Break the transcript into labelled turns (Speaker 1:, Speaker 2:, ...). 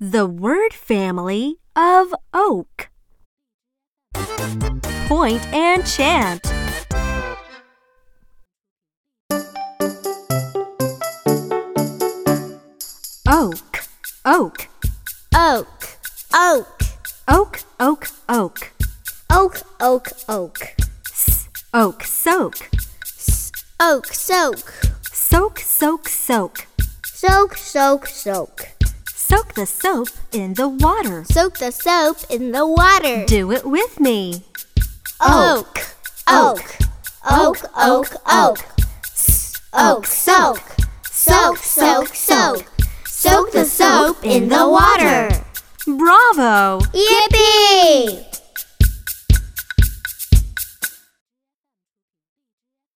Speaker 1: The word family of oak. Point and chant. Oak, oak,
Speaker 2: Oak, oak,
Speaker 1: oak, oak, oak.
Speaker 2: oak, oak, oak.
Speaker 1: Oak, soak,
Speaker 2: Oak, soak,
Speaker 1: soak, soak, soak.
Speaker 2: soak, soak, soak.
Speaker 1: Soak the soap in the water.
Speaker 2: Soak the soap in the water.
Speaker 1: Do it with me.
Speaker 2: Oak, oak, oak, oak, oak. Oak, soak, soak, soak, soak. Soak the soap in the water.
Speaker 1: Bravo!
Speaker 2: Yippee!